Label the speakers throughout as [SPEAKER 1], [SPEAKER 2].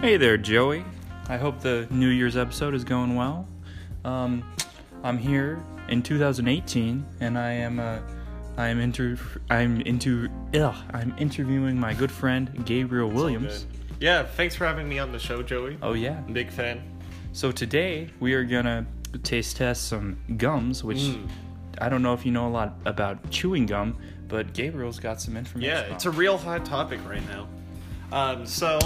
[SPEAKER 1] Hey there, Joey. I hope the New Year's episode is going well. Um, I'm here in 2018, and I am uh, I am inter I'm into ugh, I'm interviewing my good friend Gabriel Williams.
[SPEAKER 2] Yeah, thanks for having me on the show, Joey.
[SPEAKER 1] Oh yeah.
[SPEAKER 2] Big fan.
[SPEAKER 1] So today we are gonna taste test some gums, which
[SPEAKER 2] Mm.
[SPEAKER 1] I don't know if you know a lot about chewing gum, but Gabriel's got some information.
[SPEAKER 2] Yeah,
[SPEAKER 1] on
[SPEAKER 2] it's a real hot topic right now. Um, so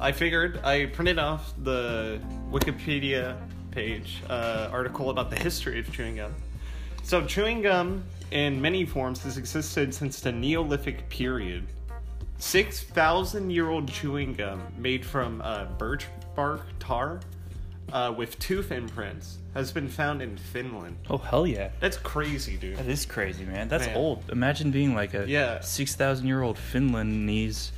[SPEAKER 2] I figured I printed off the Wikipedia page uh, article about the history of chewing gum. So chewing gum, in many forms, has existed since the Neolithic period. Six thousand year old chewing gum made from uh, birch bark tar, uh, with tooth imprints, has been found in Finland.
[SPEAKER 1] Oh hell yeah.
[SPEAKER 2] That's crazy, dude.
[SPEAKER 1] That is crazy, man. That's
[SPEAKER 2] Man.
[SPEAKER 1] old. Imagine being like a
[SPEAKER 2] Yeah.
[SPEAKER 1] six thousand year old Finlandese,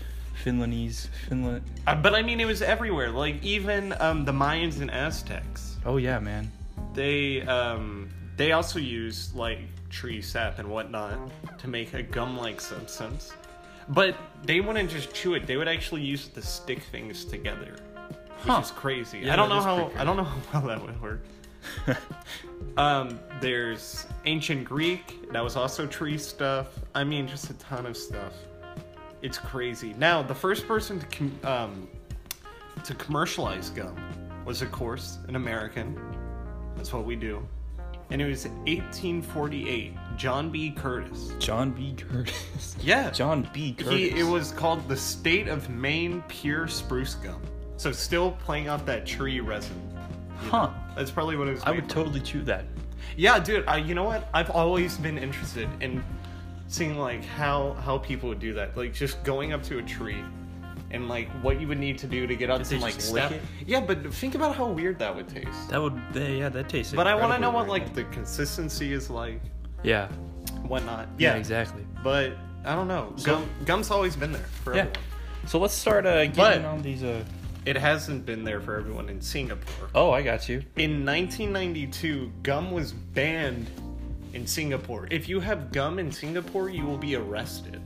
[SPEAKER 1] Finlandese, Finland.
[SPEAKER 2] Uh, but I mean, it was everywhere. Like even um, the Mayans and Aztecs,
[SPEAKER 1] Oh yeah, man.
[SPEAKER 2] they um, they also used like tree sap and whatnot to make a gum-like substance. But they wouldn't just chew it; they would actually use it to stick things together, which
[SPEAKER 1] Huh.
[SPEAKER 2] is crazy.
[SPEAKER 1] Yeah,
[SPEAKER 2] I don't
[SPEAKER 1] that
[SPEAKER 2] know
[SPEAKER 1] is
[SPEAKER 2] how
[SPEAKER 1] pretty
[SPEAKER 2] I don't know how well that would work. Um, there's ancient Greek that was also tree stuff. I mean, just a ton of stuff. It's crazy. Now, the first person to com- um, to commercialize gum was, of course, an American. That's what we do. And it was 1848. John B. Curtis.
[SPEAKER 1] John B. Curtis.
[SPEAKER 2] Yeah.
[SPEAKER 1] John B. Curtis.
[SPEAKER 2] He, it was called the State of Maine Pure Spruce Gum. So still playing off that tree resin.
[SPEAKER 1] Huh.
[SPEAKER 2] That's probably what it was.
[SPEAKER 1] I
[SPEAKER 2] made
[SPEAKER 1] would
[SPEAKER 2] from.
[SPEAKER 1] totally chew that.
[SPEAKER 2] Yeah, dude. I, you know what? I've always been interested in seeing like how how people would do that. Like just going up to a tree and like what you would need to do to get up
[SPEAKER 1] they
[SPEAKER 2] and like
[SPEAKER 1] just lick
[SPEAKER 2] step.
[SPEAKER 1] it?
[SPEAKER 2] Yeah, but think about how weird that would taste.
[SPEAKER 1] That would. Yeah, yeah that tastes.
[SPEAKER 2] but I want to know
[SPEAKER 1] incredibly
[SPEAKER 2] what
[SPEAKER 1] weird.
[SPEAKER 2] like the consistency is like,
[SPEAKER 1] Yeah.
[SPEAKER 2] whatnot.
[SPEAKER 1] Yeah.
[SPEAKER 2] Yeah,
[SPEAKER 1] exactly.
[SPEAKER 2] But I don't know. Gum gum's always been there for
[SPEAKER 1] Yeah.
[SPEAKER 2] everyone.
[SPEAKER 1] So let's start uh, getting
[SPEAKER 2] But-
[SPEAKER 1] on these. Uh...
[SPEAKER 2] It hasn't been there for everyone in Singapore.
[SPEAKER 1] Oh, I got you.
[SPEAKER 2] In 1992, gum was banned in Singapore. If you have gum in Singapore, you will be arrested.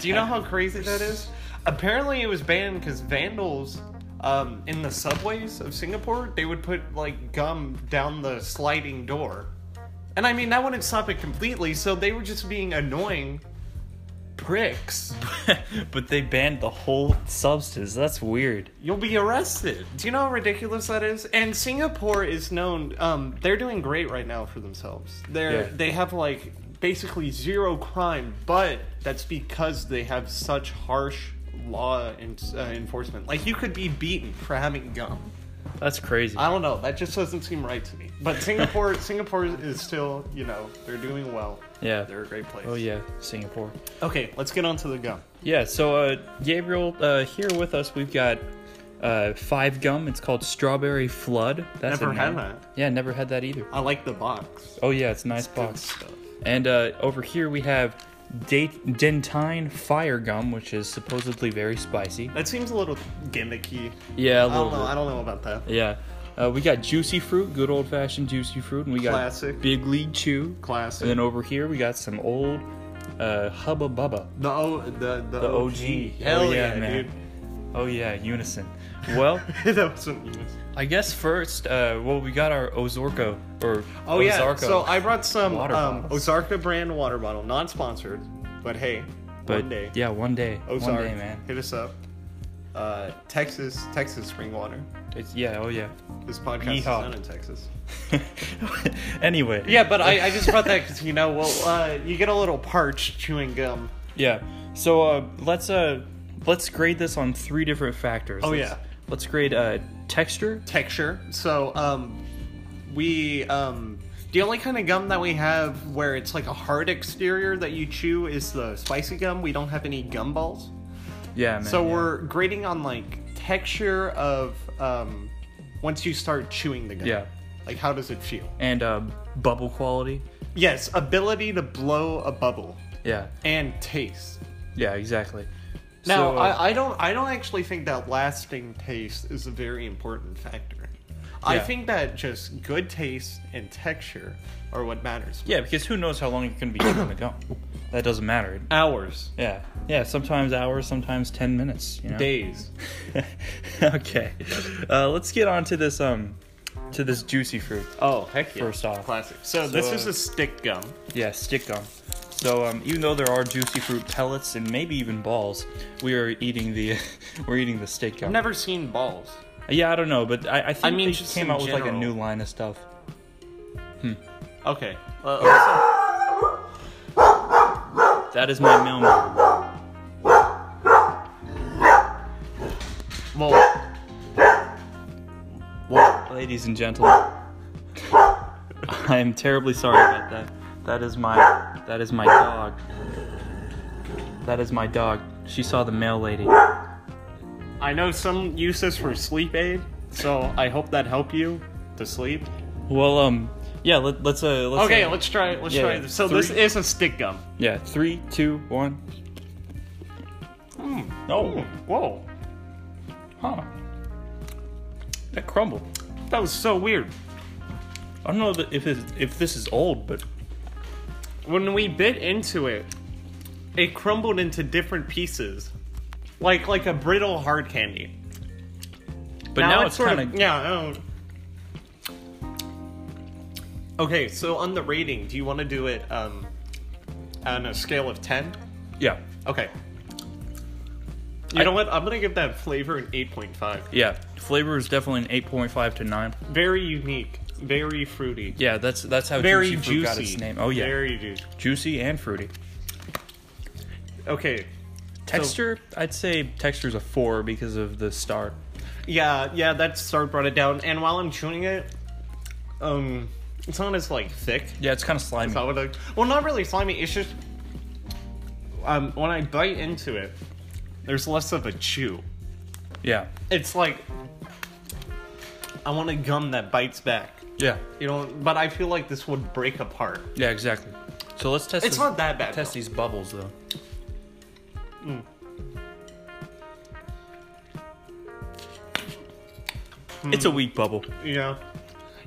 [SPEAKER 2] Do you know how crazy that is? Apparently, it was banned because vandals um, in the subways of Singapore they would put like gum down the sliding door, and I mean that wouldn't stop it completely. So they were just being annoying pricks.
[SPEAKER 1] but they banned the whole substance. That's weird.
[SPEAKER 2] You'll be arrested. Do you know how ridiculous that is? And Singapore is known. Um, they're doing great right now for themselves. They're
[SPEAKER 1] Yeah.
[SPEAKER 2] they have like basically zero crime, but that's because they have such harsh law en- uh, enforcement. Like you could be beaten for having gum.
[SPEAKER 1] That's crazy.
[SPEAKER 2] I don't know. That just doesn't seem right to me. But Singapore, Singapore is still, you know, they're doing well.
[SPEAKER 1] Yeah.
[SPEAKER 2] They're a great place.
[SPEAKER 1] Oh yeah, Singapore.
[SPEAKER 2] Okay, let's get on to the gum.
[SPEAKER 1] Yeah, so uh, Gabriel, uh, here with us, we've got uh, five gum. It's called Strawberry Flood. That's
[SPEAKER 2] Never
[SPEAKER 1] a
[SPEAKER 2] had
[SPEAKER 1] name.
[SPEAKER 2] that.
[SPEAKER 1] Yeah, never had that either.
[SPEAKER 2] I like the box.
[SPEAKER 1] Oh yeah, it's a nice
[SPEAKER 2] Good
[SPEAKER 1] box.
[SPEAKER 2] stuff.
[SPEAKER 1] And uh, over here we have date dentine fire gum, which is supposedly very spicy.
[SPEAKER 2] That seems a little gimmicky.
[SPEAKER 1] Yeah, a
[SPEAKER 2] I
[SPEAKER 1] little.
[SPEAKER 2] don't know. I don't know about that.
[SPEAKER 1] bit. Yeah. Uh, we got juicy fruit, good old fashioned juicy fruit, and we got
[SPEAKER 2] Classic.
[SPEAKER 1] big league chew.
[SPEAKER 2] Classic.
[SPEAKER 1] And then over here we got some old uh, hubba bubba.
[SPEAKER 2] the O, the the,
[SPEAKER 1] The OG.
[SPEAKER 2] Hell
[SPEAKER 1] Oh, yeah,
[SPEAKER 2] yeah,
[SPEAKER 1] man. Oh yeah, unison. Well,
[SPEAKER 2] dude. that wasn't even-
[SPEAKER 1] I guess first, uh, well, we got our Ozorco or
[SPEAKER 2] Oh
[SPEAKER 1] Ozarco.
[SPEAKER 2] yeah. So I brought some
[SPEAKER 1] Water
[SPEAKER 2] um,
[SPEAKER 1] bottles.
[SPEAKER 2] Ozarka brand water bottle, non-sponsored, but hey,
[SPEAKER 1] but
[SPEAKER 2] one day. Oh,
[SPEAKER 1] yeah, one day, one
[SPEAKER 2] Ozark,
[SPEAKER 1] day, man.
[SPEAKER 2] hit us up. Uh, Texas, Texas spring water.
[SPEAKER 1] It's, yeah, oh yeah.
[SPEAKER 2] This podcast is
[SPEAKER 1] Yeehaw.
[SPEAKER 2] not in Texas.
[SPEAKER 1] anyway,
[SPEAKER 2] Yeah, but I, I just brought that because you know, well, uh, you get a little parched chewing gum.
[SPEAKER 1] yeah. So uh, let's uh, let's grade this on three different factors.
[SPEAKER 2] Oh,
[SPEAKER 1] Let's-
[SPEAKER 2] yeah.
[SPEAKER 1] Let's grade uh, texture.
[SPEAKER 2] texture. So um, we um, the only kind of gum that we have where it's like a hard exterior that you chew is the spicy gum. We don't have any gum balls.
[SPEAKER 1] Yeah, man.
[SPEAKER 2] So
[SPEAKER 1] yeah.
[SPEAKER 2] we're grading on like texture of um, once you start chewing the gum.
[SPEAKER 1] Yeah.
[SPEAKER 2] Like how does it feel?
[SPEAKER 1] and uh, bubble quality.
[SPEAKER 2] Yes, ability to blow a bubble
[SPEAKER 1] Yeah.
[SPEAKER 2] and taste.
[SPEAKER 1] Yeah, exactly.
[SPEAKER 2] Now
[SPEAKER 1] So, uh,
[SPEAKER 2] I, I don't I don't actually think that lasting taste is a very important factor. I
[SPEAKER 1] Yeah.
[SPEAKER 2] think that just good taste and texture are what matters.
[SPEAKER 1] Yeah, because who knows how long you're going to be chewing the gum? That doesn't matter.
[SPEAKER 2] Hours,
[SPEAKER 1] Yeah. Yeah, sometimes hours, sometimes 10 minutes, you know.
[SPEAKER 2] days.
[SPEAKER 1] okay. Uh, let's get on to this um to this juicy fruit.
[SPEAKER 2] Oh, heck yeah.
[SPEAKER 1] First off.
[SPEAKER 2] Classic. So, this
[SPEAKER 1] So,
[SPEAKER 2] is
[SPEAKER 1] uh,
[SPEAKER 2] a stick gum.
[SPEAKER 1] Yeah, stick gum. So um, even though there are juicy fruit pellets and maybe even balls, we are eating the we're eating the stick gum.
[SPEAKER 2] I've never seen balls.
[SPEAKER 1] Yeah, I don't know, but I, I think
[SPEAKER 2] I mean,
[SPEAKER 1] they
[SPEAKER 2] just
[SPEAKER 1] came
[SPEAKER 2] in
[SPEAKER 1] out with like a
[SPEAKER 2] general.
[SPEAKER 1] new line of stuff.
[SPEAKER 2] Okay. Uh, okay.
[SPEAKER 1] That is my mailman.
[SPEAKER 2] so- Well, well,
[SPEAKER 1] Ladies and gentlemen, I am terribly sorry about that. That is my that is my dog. That is my dog. She saw the mail lady.
[SPEAKER 2] I know some use this for sleep aid, so I hope that helped you to sleep.
[SPEAKER 1] Well, um, yeah. Let, let's uh. Let's,
[SPEAKER 2] Okay,
[SPEAKER 1] uh,
[SPEAKER 2] let's try. Let's
[SPEAKER 1] yeah,
[SPEAKER 2] try.
[SPEAKER 1] yeah.
[SPEAKER 2] this. So this
[SPEAKER 1] Three.
[SPEAKER 2] is a stick gum.
[SPEAKER 1] Yeah, three, two, one.
[SPEAKER 2] Ooh,
[SPEAKER 1] Oh,
[SPEAKER 2] whoa,
[SPEAKER 1] huh. That crumble.
[SPEAKER 2] that was so weird.
[SPEAKER 1] I don't know that if it's, if this is old, but
[SPEAKER 2] When we bit into it, it crumbled into different pieces, like like a brittle hard candy.
[SPEAKER 1] but now, it's,
[SPEAKER 2] sort
[SPEAKER 1] kind of
[SPEAKER 2] yeah. I don't- Okay, so on the rating, do you want to do it um, on a scale of ten?
[SPEAKER 1] yeah
[SPEAKER 2] Okay. You
[SPEAKER 1] I-
[SPEAKER 2] know what? I'm gonna give that flavor an eight point five.
[SPEAKER 1] yeah. Flavor is definitely an eight point five to nine.
[SPEAKER 2] Very unique, very fruity,
[SPEAKER 1] Yeah, that's that's how
[SPEAKER 2] very
[SPEAKER 1] juicy,
[SPEAKER 2] juicy.
[SPEAKER 1] fruit got its name. Oh yeah,
[SPEAKER 2] very juicy.
[SPEAKER 1] juicy and fruity.
[SPEAKER 2] Okay,
[SPEAKER 1] Texture, I'd say texture's a four because of the star.
[SPEAKER 2] Yeah, yeah, that star brought it down. And while I'm chewing it, um, it's not as like thick.
[SPEAKER 1] Yeah, it's kind of slimy.
[SPEAKER 2] So I would like, well, not really slimy. It's just, um, when I bite into it, there's less of a chew.
[SPEAKER 1] Yeah,
[SPEAKER 2] It's like I want a gum that bites back.
[SPEAKER 1] yeah,
[SPEAKER 2] You know, but I feel like this would break apart.
[SPEAKER 1] yeah, exactly. So let's test.
[SPEAKER 2] It's
[SPEAKER 1] this-
[SPEAKER 2] not that bad.
[SPEAKER 1] test
[SPEAKER 2] though. Mm.
[SPEAKER 1] these bubbles though. It's
[SPEAKER 2] Mm.
[SPEAKER 1] a weak bubble,
[SPEAKER 2] Yeah.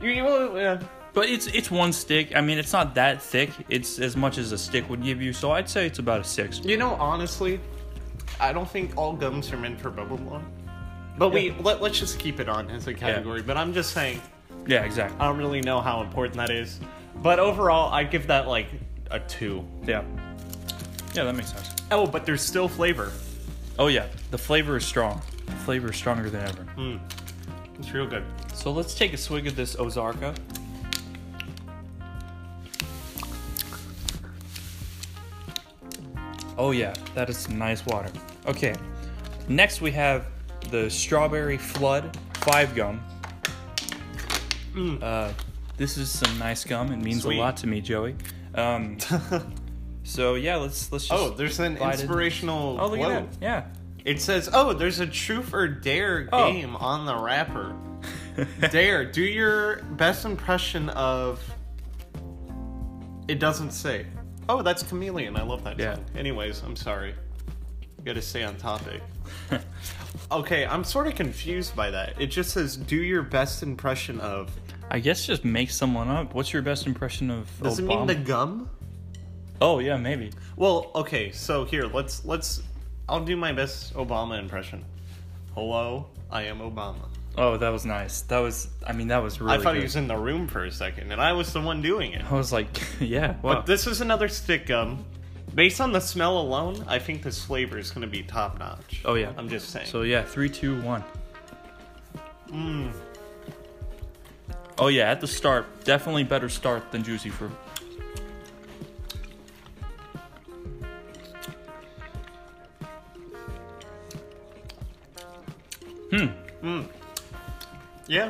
[SPEAKER 2] You, you know, yeah.
[SPEAKER 1] but it's it's one stick. I mean, it's not that thick. It's as much as a stick would give you. So I'd say it's about a six.
[SPEAKER 2] You know, honestly, I don't think all gums are meant for bubble blowing. But we let, let's just keep it on as a category. But I'm just saying,
[SPEAKER 1] Yeah, exactly.
[SPEAKER 2] I don't really know how important that is. But overall, I give that like a two.
[SPEAKER 1] Yeah, yeah, that makes sense.
[SPEAKER 2] Oh, but there's still flavor.
[SPEAKER 1] Oh yeah, the flavor is strong. The flavor is stronger than ever.
[SPEAKER 2] It's real good.
[SPEAKER 1] So let's take a swig of this Ozarka. Oh yeah, that is some nice water. Okay. Next we have the strawberry flood five gum. Uh, this is some nice gum. It means
[SPEAKER 2] Mm. Sweet.
[SPEAKER 1] a lot to me, Joey. Um, so yeah, let's let's just.
[SPEAKER 2] Oh, there's an
[SPEAKER 1] Glided.
[SPEAKER 2] inspirational.
[SPEAKER 1] Oh, look
[SPEAKER 2] quote.
[SPEAKER 1] at that. Yeah.
[SPEAKER 2] It says, "Oh, there's a truth or dare
[SPEAKER 1] Oh.
[SPEAKER 2] game on the wrapper. dare, do your best impression of." It doesn't say. Oh, that's Chameleon. I love that
[SPEAKER 1] Yeah.
[SPEAKER 2] song. Anyways, I'm sorry. Got to stay on topic. Okay, I'm sort of confused by that. It just says, "Do your best impression of."
[SPEAKER 1] I guess just make someone up. What's your best impression of
[SPEAKER 2] Does it mean
[SPEAKER 1] Obama?
[SPEAKER 2] the gum?
[SPEAKER 1] Oh yeah, maybe.
[SPEAKER 2] Well, okay. So here, let's let's. I'll do my best Obama impression. Hello, I am Obama.
[SPEAKER 1] Oh, that was nice. That was. I mean, that was really.
[SPEAKER 2] I thought
[SPEAKER 1] good.
[SPEAKER 2] he was in the room for a second, and I was the one doing it.
[SPEAKER 1] I was like, yeah. Wow.
[SPEAKER 2] But this is another stick gum. Based on the smell alone, I think this flavor is going to be top notch.
[SPEAKER 1] oh yeah.
[SPEAKER 2] I'm just saying.
[SPEAKER 1] So yeah, three, two, one.
[SPEAKER 2] Mm.
[SPEAKER 1] Oh yeah, at the start, definitely better start than juicy fruit.
[SPEAKER 2] yeah.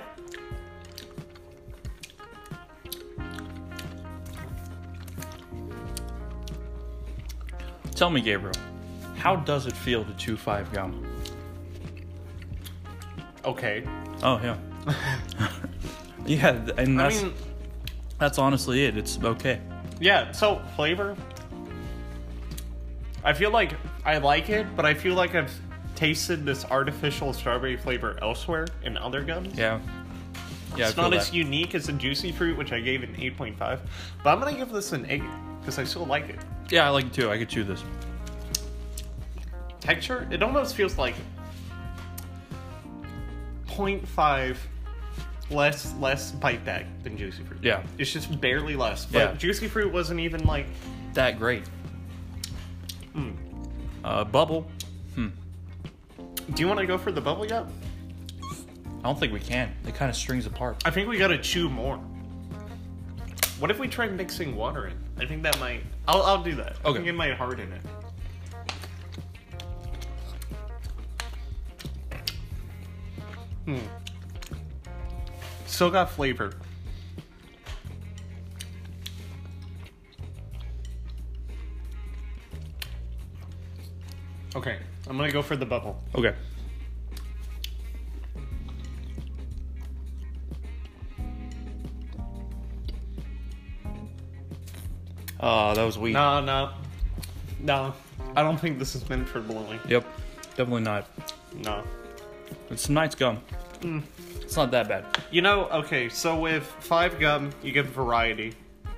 [SPEAKER 1] Tell me, Gabriel, how does it feel to chew five gum?
[SPEAKER 2] Okay.
[SPEAKER 1] Oh yeah. yeah, th- and
[SPEAKER 2] I
[SPEAKER 1] that's
[SPEAKER 2] mean,
[SPEAKER 1] that's honestly it. It's okay.
[SPEAKER 2] yeah. So flavor. I feel like I like it, but I feel like I've tasted this artificial strawberry flavor elsewhere in other gums.
[SPEAKER 1] Yeah. Yeah, I
[SPEAKER 2] it's not
[SPEAKER 1] feel
[SPEAKER 2] as
[SPEAKER 1] that.
[SPEAKER 2] unique as the juicy fruit, which I gave an 8.5, but I'm gonna give this an 8 because I still like it.
[SPEAKER 1] Yeah, I like it too. I could chew this.
[SPEAKER 2] Texture, it almost feels like 0.5 less less bite back than juicy fruit.
[SPEAKER 1] Yeah.
[SPEAKER 2] it's just barely less. But
[SPEAKER 1] Yeah.
[SPEAKER 2] juicy fruit wasn't even like
[SPEAKER 1] That great.
[SPEAKER 2] Mm.
[SPEAKER 1] Uh, bubble. Hmm.
[SPEAKER 2] Do you want to go for the bubble yet?
[SPEAKER 1] I don't think we can. It kind of strings apart.
[SPEAKER 2] I think we gotta chew more. What if we try mixing water in? I think that might. I'll, I'll do that. I
[SPEAKER 1] Okay.
[SPEAKER 2] think it might harden it. Hmm. Still got flavor. Okay, I'm gonna go for the bubble.
[SPEAKER 1] Okay. Oh, that was weak.
[SPEAKER 2] No, no. No. I don't think this is meant for blowing.
[SPEAKER 1] Yep. Definitely not.
[SPEAKER 2] No.
[SPEAKER 1] It's some nice gum. Mm. It's not that bad.
[SPEAKER 2] You know, okay, so with five gum, you get variety,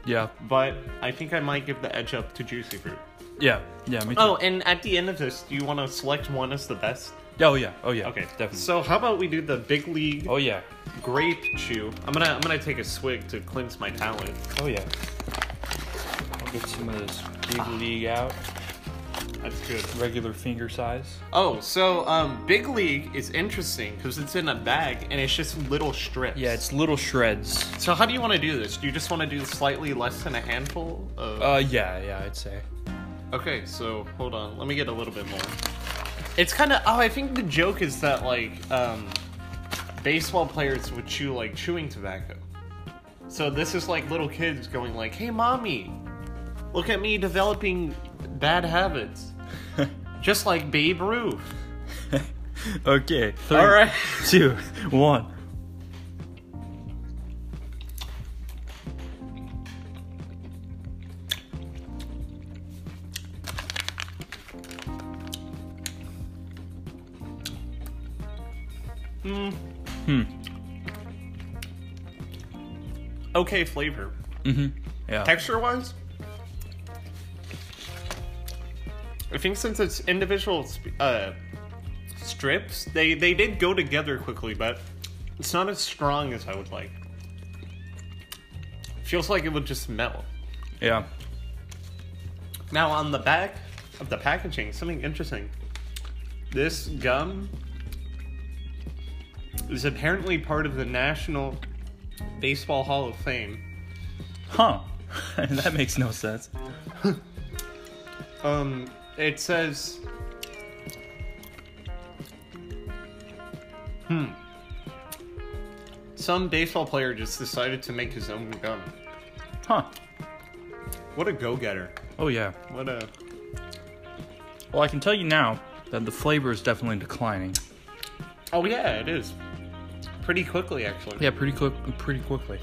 [SPEAKER 1] Yeah.
[SPEAKER 2] but I think I might give the edge up to juicy fruit.
[SPEAKER 1] Yeah. Yeah. Me too.
[SPEAKER 2] Oh, and at the end of this, do you want to select one as the best?
[SPEAKER 1] Oh, yeah. Oh yeah.
[SPEAKER 2] Okay,
[SPEAKER 1] Definitely.
[SPEAKER 2] So how about we do the big league
[SPEAKER 1] oh yeah.
[SPEAKER 2] grape chew? I'm gonna I'm gonna take a swig to cleanse my palate.
[SPEAKER 1] Oh yeah. I'll get some of this big league out.
[SPEAKER 2] That's good.
[SPEAKER 1] Regular finger size.
[SPEAKER 2] Oh, so um, big league is interesting because it's in a bag and it's just little strips.
[SPEAKER 1] Yeah, it's little shreds.
[SPEAKER 2] So how do you want to do this? Do you just want to do slightly less than a handful? Of...
[SPEAKER 1] Uh, yeah, yeah, I'd say.
[SPEAKER 2] Okay, so hold on. Let me get a little bit more. It's kind of oh, I think the joke is that like um, baseball players would chew like chewing tobacco. So this is like little kids going like, "Hey, mommy, look at me developing bad habits, just like Babe Ruth."
[SPEAKER 1] okay. Three,
[SPEAKER 2] All right.
[SPEAKER 1] two, one.
[SPEAKER 2] Okay, flavor,
[SPEAKER 1] Yeah.
[SPEAKER 2] texture wise, I think since it's individual sp- uh, strips, they they did go together quickly, but it's not as strong as I would like. Feels like it would just melt.
[SPEAKER 1] yeah.
[SPEAKER 2] Now on the back of the packaging, something interesting. This gum is apparently part of the National Baseball Hall of Fame.
[SPEAKER 1] Huh. that makes no sense.
[SPEAKER 2] Um, it says. Hmm. Some baseball player just decided to make his own gum.
[SPEAKER 1] Huh.
[SPEAKER 2] What a go-getter!
[SPEAKER 1] Oh yeah.
[SPEAKER 2] What a
[SPEAKER 1] Well, I can tell you now that the flavor is definitely declining.
[SPEAKER 2] oh yeah, it is. Pretty quickly, actually.
[SPEAKER 1] Yeah, pretty quick, pretty quickly.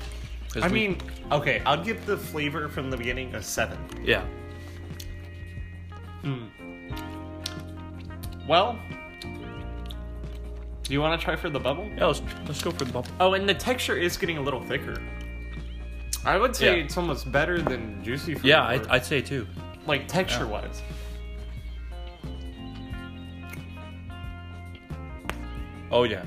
[SPEAKER 1] 'Cause
[SPEAKER 2] I
[SPEAKER 1] we-
[SPEAKER 2] mean, okay, I'll give the flavor from the beginning a seven.
[SPEAKER 1] yeah.
[SPEAKER 2] Well, do you want to try for the bubble?
[SPEAKER 1] Yeah, let's, let's go for the bubble.
[SPEAKER 2] Oh, and the texture is getting a little thicker. I would say
[SPEAKER 1] Yeah.
[SPEAKER 2] it's almost better than juicy. Fruit
[SPEAKER 1] Yeah,
[SPEAKER 2] or-
[SPEAKER 1] I, I'd say too.
[SPEAKER 2] like texture wise.
[SPEAKER 1] Oh yeah.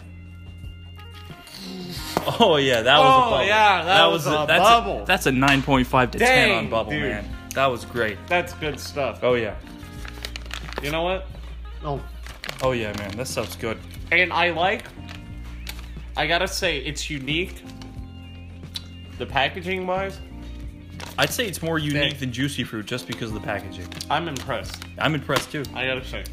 [SPEAKER 1] Oh yeah, that was a
[SPEAKER 2] Oh,
[SPEAKER 1] bubble.
[SPEAKER 2] yeah, that was a
[SPEAKER 1] that's
[SPEAKER 2] bubble.
[SPEAKER 1] that's a 9.5 to 10
[SPEAKER 2] Dang,
[SPEAKER 1] on bubble,
[SPEAKER 2] dude.
[SPEAKER 1] man. That was great.
[SPEAKER 2] That's good stuff.
[SPEAKER 1] Oh yeah.
[SPEAKER 2] You know what? Oh,
[SPEAKER 1] Oh yeah, man. That stuff's good.
[SPEAKER 2] and I like. I gotta say, it's unique. The packaging wise,
[SPEAKER 1] I'd say it's more unique
[SPEAKER 2] Dang.
[SPEAKER 1] than Juicy Fruit just because of the packaging.
[SPEAKER 2] I'm impressed.
[SPEAKER 1] I'm impressed too.
[SPEAKER 2] I gotta say.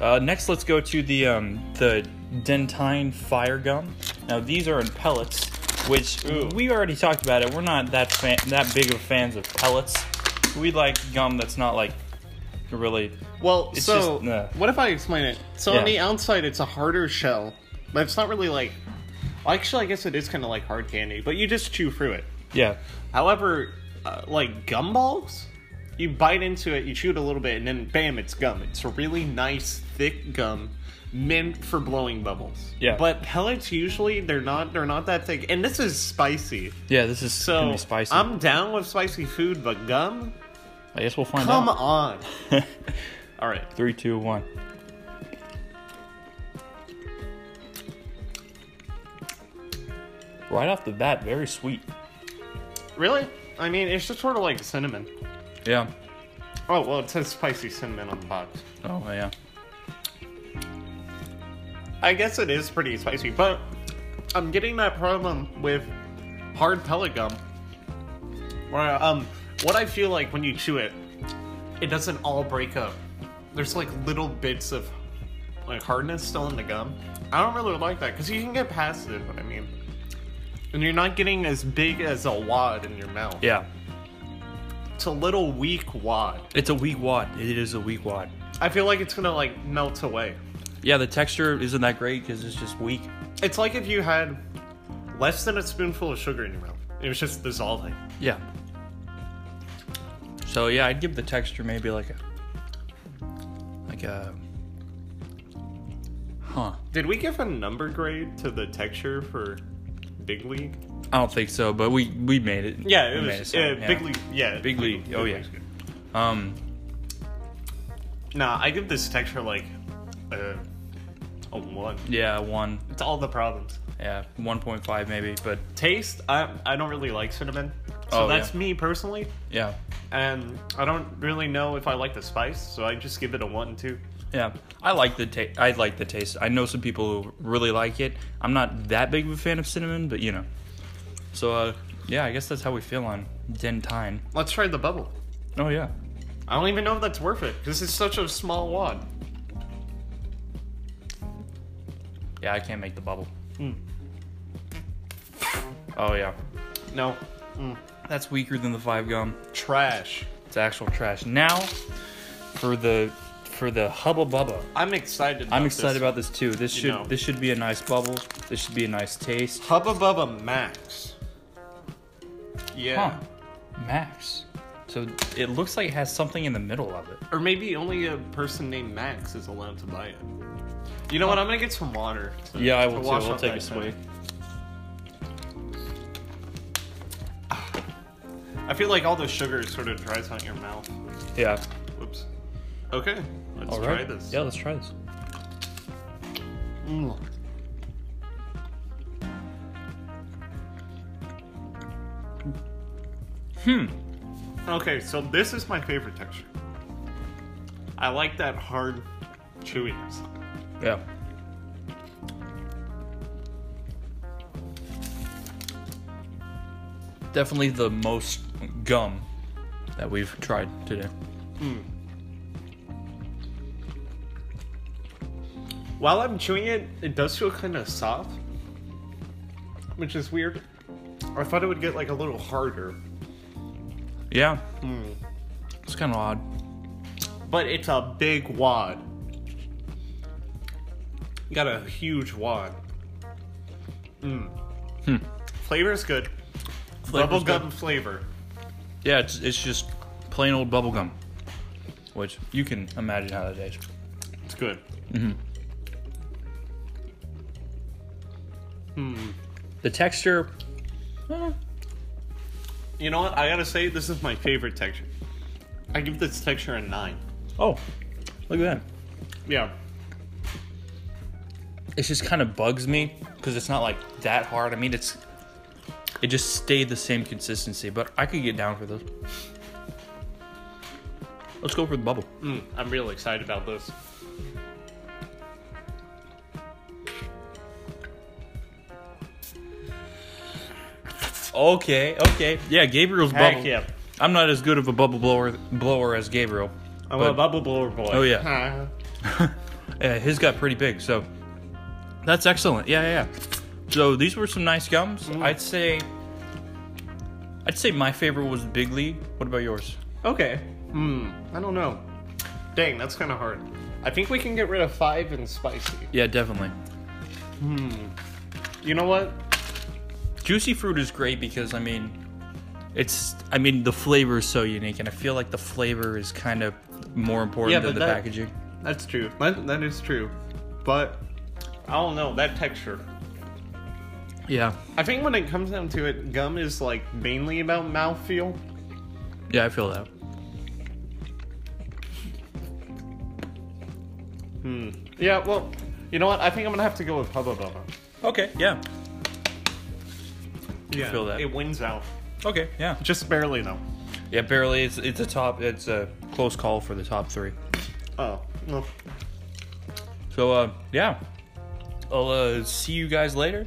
[SPEAKER 1] Uh, next, let's go to the um, the Dentine Fire Gum. Now these are in pellets, which
[SPEAKER 2] Ooh.
[SPEAKER 1] we already talked about. It. We're not that fan- that big of fans of pellets. We like gum that's not like really.
[SPEAKER 2] Well,
[SPEAKER 1] It's
[SPEAKER 2] so
[SPEAKER 1] just- nah.
[SPEAKER 2] what if I explain it? So
[SPEAKER 1] Yeah.
[SPEAKER 2] on the outside, it's a harder shell, but it's not really like. well, Actually, I guess it is kind of like hard candy, but you just chew through it.
[SPEAKER 1] Yeah.
[SPEAKER 2] However, uh, like gumballs, you bite into it, you chew it a little bit, and then bam, it's gum. It's a really nice, thick gum meant for blowing bubbles.
[SPEAKER 1] Yeah.
[SPEAKER 2] But pellets usually they're not they're not that thick. And this is spicy.
[SPEAKER 1] Yeah, this is gonna
[SPEAKER 2] So
[SPEAKER 1] be spicy. i
[SPEAKER 2] I'm down with spicy food, but gum?
[SPEAKER 1] guess we'll find
[SPEAKER 2] Come
[SPEAKER 1] out.
[SPEAKER 2] on. All right.
[SPEAKER 1] Three, two, one. Right off the bat, very sweet.
[SPEAKER 2] Really? I mean, it's just sort of like cinnamon.
[SPEAKER 1] Yeah.
[SPEAKER 2] Oh, well, it says spicy cinnamon on the box.
[SPEAKER 1] Oh yeah.
[SPEAKER 2] I guess it is pretty spicy, but I'm getting that problem with hard pellet gum. Where, um, what I feel like when you chew it, it doesn't all break up. There's like little bits of like hardness still in the gum. I don't really like that because you can get past it, but I mean, and you're not getting as big as a wad in your mouth.
[SPEAKER 1] Yeah.
[SPEAKER 2] It's a little weak wad.
[SPEAKER 1] It's a weak wad. It is a weak wad.
[SPEAKER 2] I feel like it's gonna like melt away.
[SPEAKER 1] Yeah, the texture isn't that great because it's just weak.
[SPEAKER 2] It's like if you had less than a spoonful of sugar in your mouth. It was just dissolving.
[SPEAKER 1] Yeah. So yeah, I'd give the texture maybe like a like a huh.
[SPEAKER 2] Did we give a number grade to the texture for Big League?
[SPEAKER 1] I don't think so, but we we made it.
[SPEAKER 2] Yeah,
[SPEAKER 1] We
[SPEAKER 2] it
[SPEAKER 1] made
[SPEAKER 2] was
[SPEAKER 1] so,
[SPEAKER 2] uh,
[SPEAKER 1] yeah.
[SPEAKER 2] Big League. Yeah,
[SPEAKER 1] Big League, oh, yeah.
[SPEAKER 2] League's good.
[SPEAKER 1] Um,
[SPEAKER 2] Nah, I give this texture like a, a one.
[SPEAKER 1] yeah, one,
[SPEAKER 2] It's all the problems.
[SPEAKER 1] yeah, one point five maybe, but
[SPEAKER 2] Taste, I I don't really like cinnamon, so
[SPEAKER 1] Oh, yeah.
[SPEAKER 2] that's me personally,
[SPEAKER 1] yeah,
[SPEAKER 2] and I don't really know if I like the spice, so I just give it a one too.
[SPEAKER 1] yeah. I like the taste. I like the taste. I know some people who really like it. I'm not that big of a fan of cinnamon, but you know. So uh, yeah, I guess that's how we feel on dentine.
[SPEAKER 2] Let's try the bubble.
[SPEAKER 1] Oh yeah,
[SPEAKER 2] I don't even know if that's worth it. This is such a small wad.
[SPEAKER 1] yeah. I can't make the bubble.
[SPEAKER 2] Hmm.
[SPEAKER 1] Oh yeah,
[SPEAKER 2] No,
[SPEAKER 1] that's weaker than the five gum.
[SPEAKER 2] trash.
[SPEAKER 1] It's actual trash. Now, for the for the hubba bubba.
[SPEAKER 2] I'm excited. About
[SPEAKER 1] I'm excited
[SPEAKER 2] this.
[SPEAKER 1] about this too. This
[SPEAKER 2] You
[SPEAKER 1] should
[SPEAKER 2] know.
[SPEAKER 1] this should be a nice bubble. This should be a nice taste.
[SPEAKER 2] Hubba Bubba Max. Yeah.
[SPEAKER 1] Huh. Max. So it looks like it has something in the middle of it.
[SPEAKER 2] Or maybe only a person named Max is allowed to buy it. You know what? I'm gonna get some water. to- to wash off that scent. I feel like all the sugar sort of dries out your mouth.
[SPEAKER 1] Yeah.
[SPEAKER 2] Whoops. Okay, let's
[SPEAKER 1] All
[SPEAKER 2] try
[SPEAKER 1] right.
[SPEAKER 2] this.
[SPEAKER 1] Yeah, let's try this.
[SPEAKER 2] Mm.
[SPEAKER 1] Hmm.
[SPEAKER 2] Okay, so this is my favorite texture. I like that hard chewiness.
[SPEAKER 1] Yeah. Definitely the most gum that we've tried today.
[SPEAKER 2] While I'm chewing it, it does feel kind of soft, which is weird. I thought it would get like a little harder,
[SPEAKER 1] Yeah. It's kind of odd.
[SPEAKER 2] but it's a big wad. Got a huge wad. Mm. Flavor's good.
[SPEAKER 1] Flavor's
[SPEAKER 2] Bubblegum flavor.
[SPEAKER 1] Yeah, it's, it's just plain old bubble gum, which you can imagine how that tastes.
[SPEAKER 2] It's good.
[SPEAKER 1] The texture, eh,
[SPEAKER 2] You know what? I gotta say, this is my favorite texture. I give this texture a 9.
[SPEAKER 1] oh, look at that.
[SPEAKER 2] Yeah.
[SPEAKER 1] It just kind of bugs me because it's not like that hard. I mean, it's it just stayed the same consistency, but I could get down for this. Let's go for the bubble.
[SPEAKER 2] Mm, I'm real excited about this.
[SPEAKER 1] Okay, okay. Yeah, Gabriel's
[SPEAKER 2] Heck
[SPEAKER 1] bubble.
[SPEAKER 2] yeah.
[SPEAKER 1] I'm not as good of a bubble blower blower as Gabriel.
[SPEAKER 2] I'm
[SPEAKER 1] But-
[SPEAKER 2] a bubble blower boy. Uh,
[SPEAKER 1] Oh, yeah. Yeah, his got pretty big, so that's excellent. Yeah, yeah, yeah. So these were some nice gums.
[SPEAKER 2] Mm-hmm.
[SPEAKER 1] I'd say I'd say my favorite was Big League. What about yours?
[SPEAKER 2] Okay. Hmm. I don't know. Dang, that's kind of hard. I think we can get rid of five and spicy.
[SPEAKER 1] Yeah, definitely.
[SPEAKER 2] You know what?
[SPEAKER 1] Juicy fruit is great because I mean it's I mean the flavor is so unique and I feel like the flavor is kind of more important
[SPEAKER 2] Yeah,
[SPEAKER 1] than
[SPEAKER 2] but
[SPEAKER 1] the
[SPEAKER 2] that-
[SPEAKER 1] packaging.
[SPEAKER 2] That's true. That, that is true. But I don't know that texture.
[SPEAKER 1] Yeah.
[SPEAKER 2] I think when it comes down to it, gum is like mainly about mouthfeel.
[SPEAKER 1] Yeah, I feel that.
[SPEAKER 2] Yeah, well, you know what? I think I'm gonna have to go with Hubba Bubba.
[SPEAKER 1] Okay. Yeah.
[SPEAKER 2] Yeah,
[SPEAKER 1] feel that.
[SPEAKER 2] it wins out.
[SPEAKER 1] Okay. Yeah.
[SPEAKER 2] Just barely though.
[SPEAKER 1] Yeah. Barely. It's it's a top. It's a close call for the top three.
[SPEAKER 2] Oh, no.
[SPEAKER 1] So uh, yeah. I'll uh, see you guys later.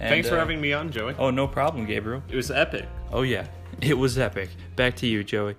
[SPEAKER 1] And,
[SPEAKER 2] Thanks for
[SPEAKER 1] uh,
[SPEAKER 2] having me on, Joey.
[SPEAKER 1] Oh no problem, Gabriel.
[SPEAKER 2] It was epic.
[SPEAKER 1] Oh yeah, it was epic. Back to you, Joey.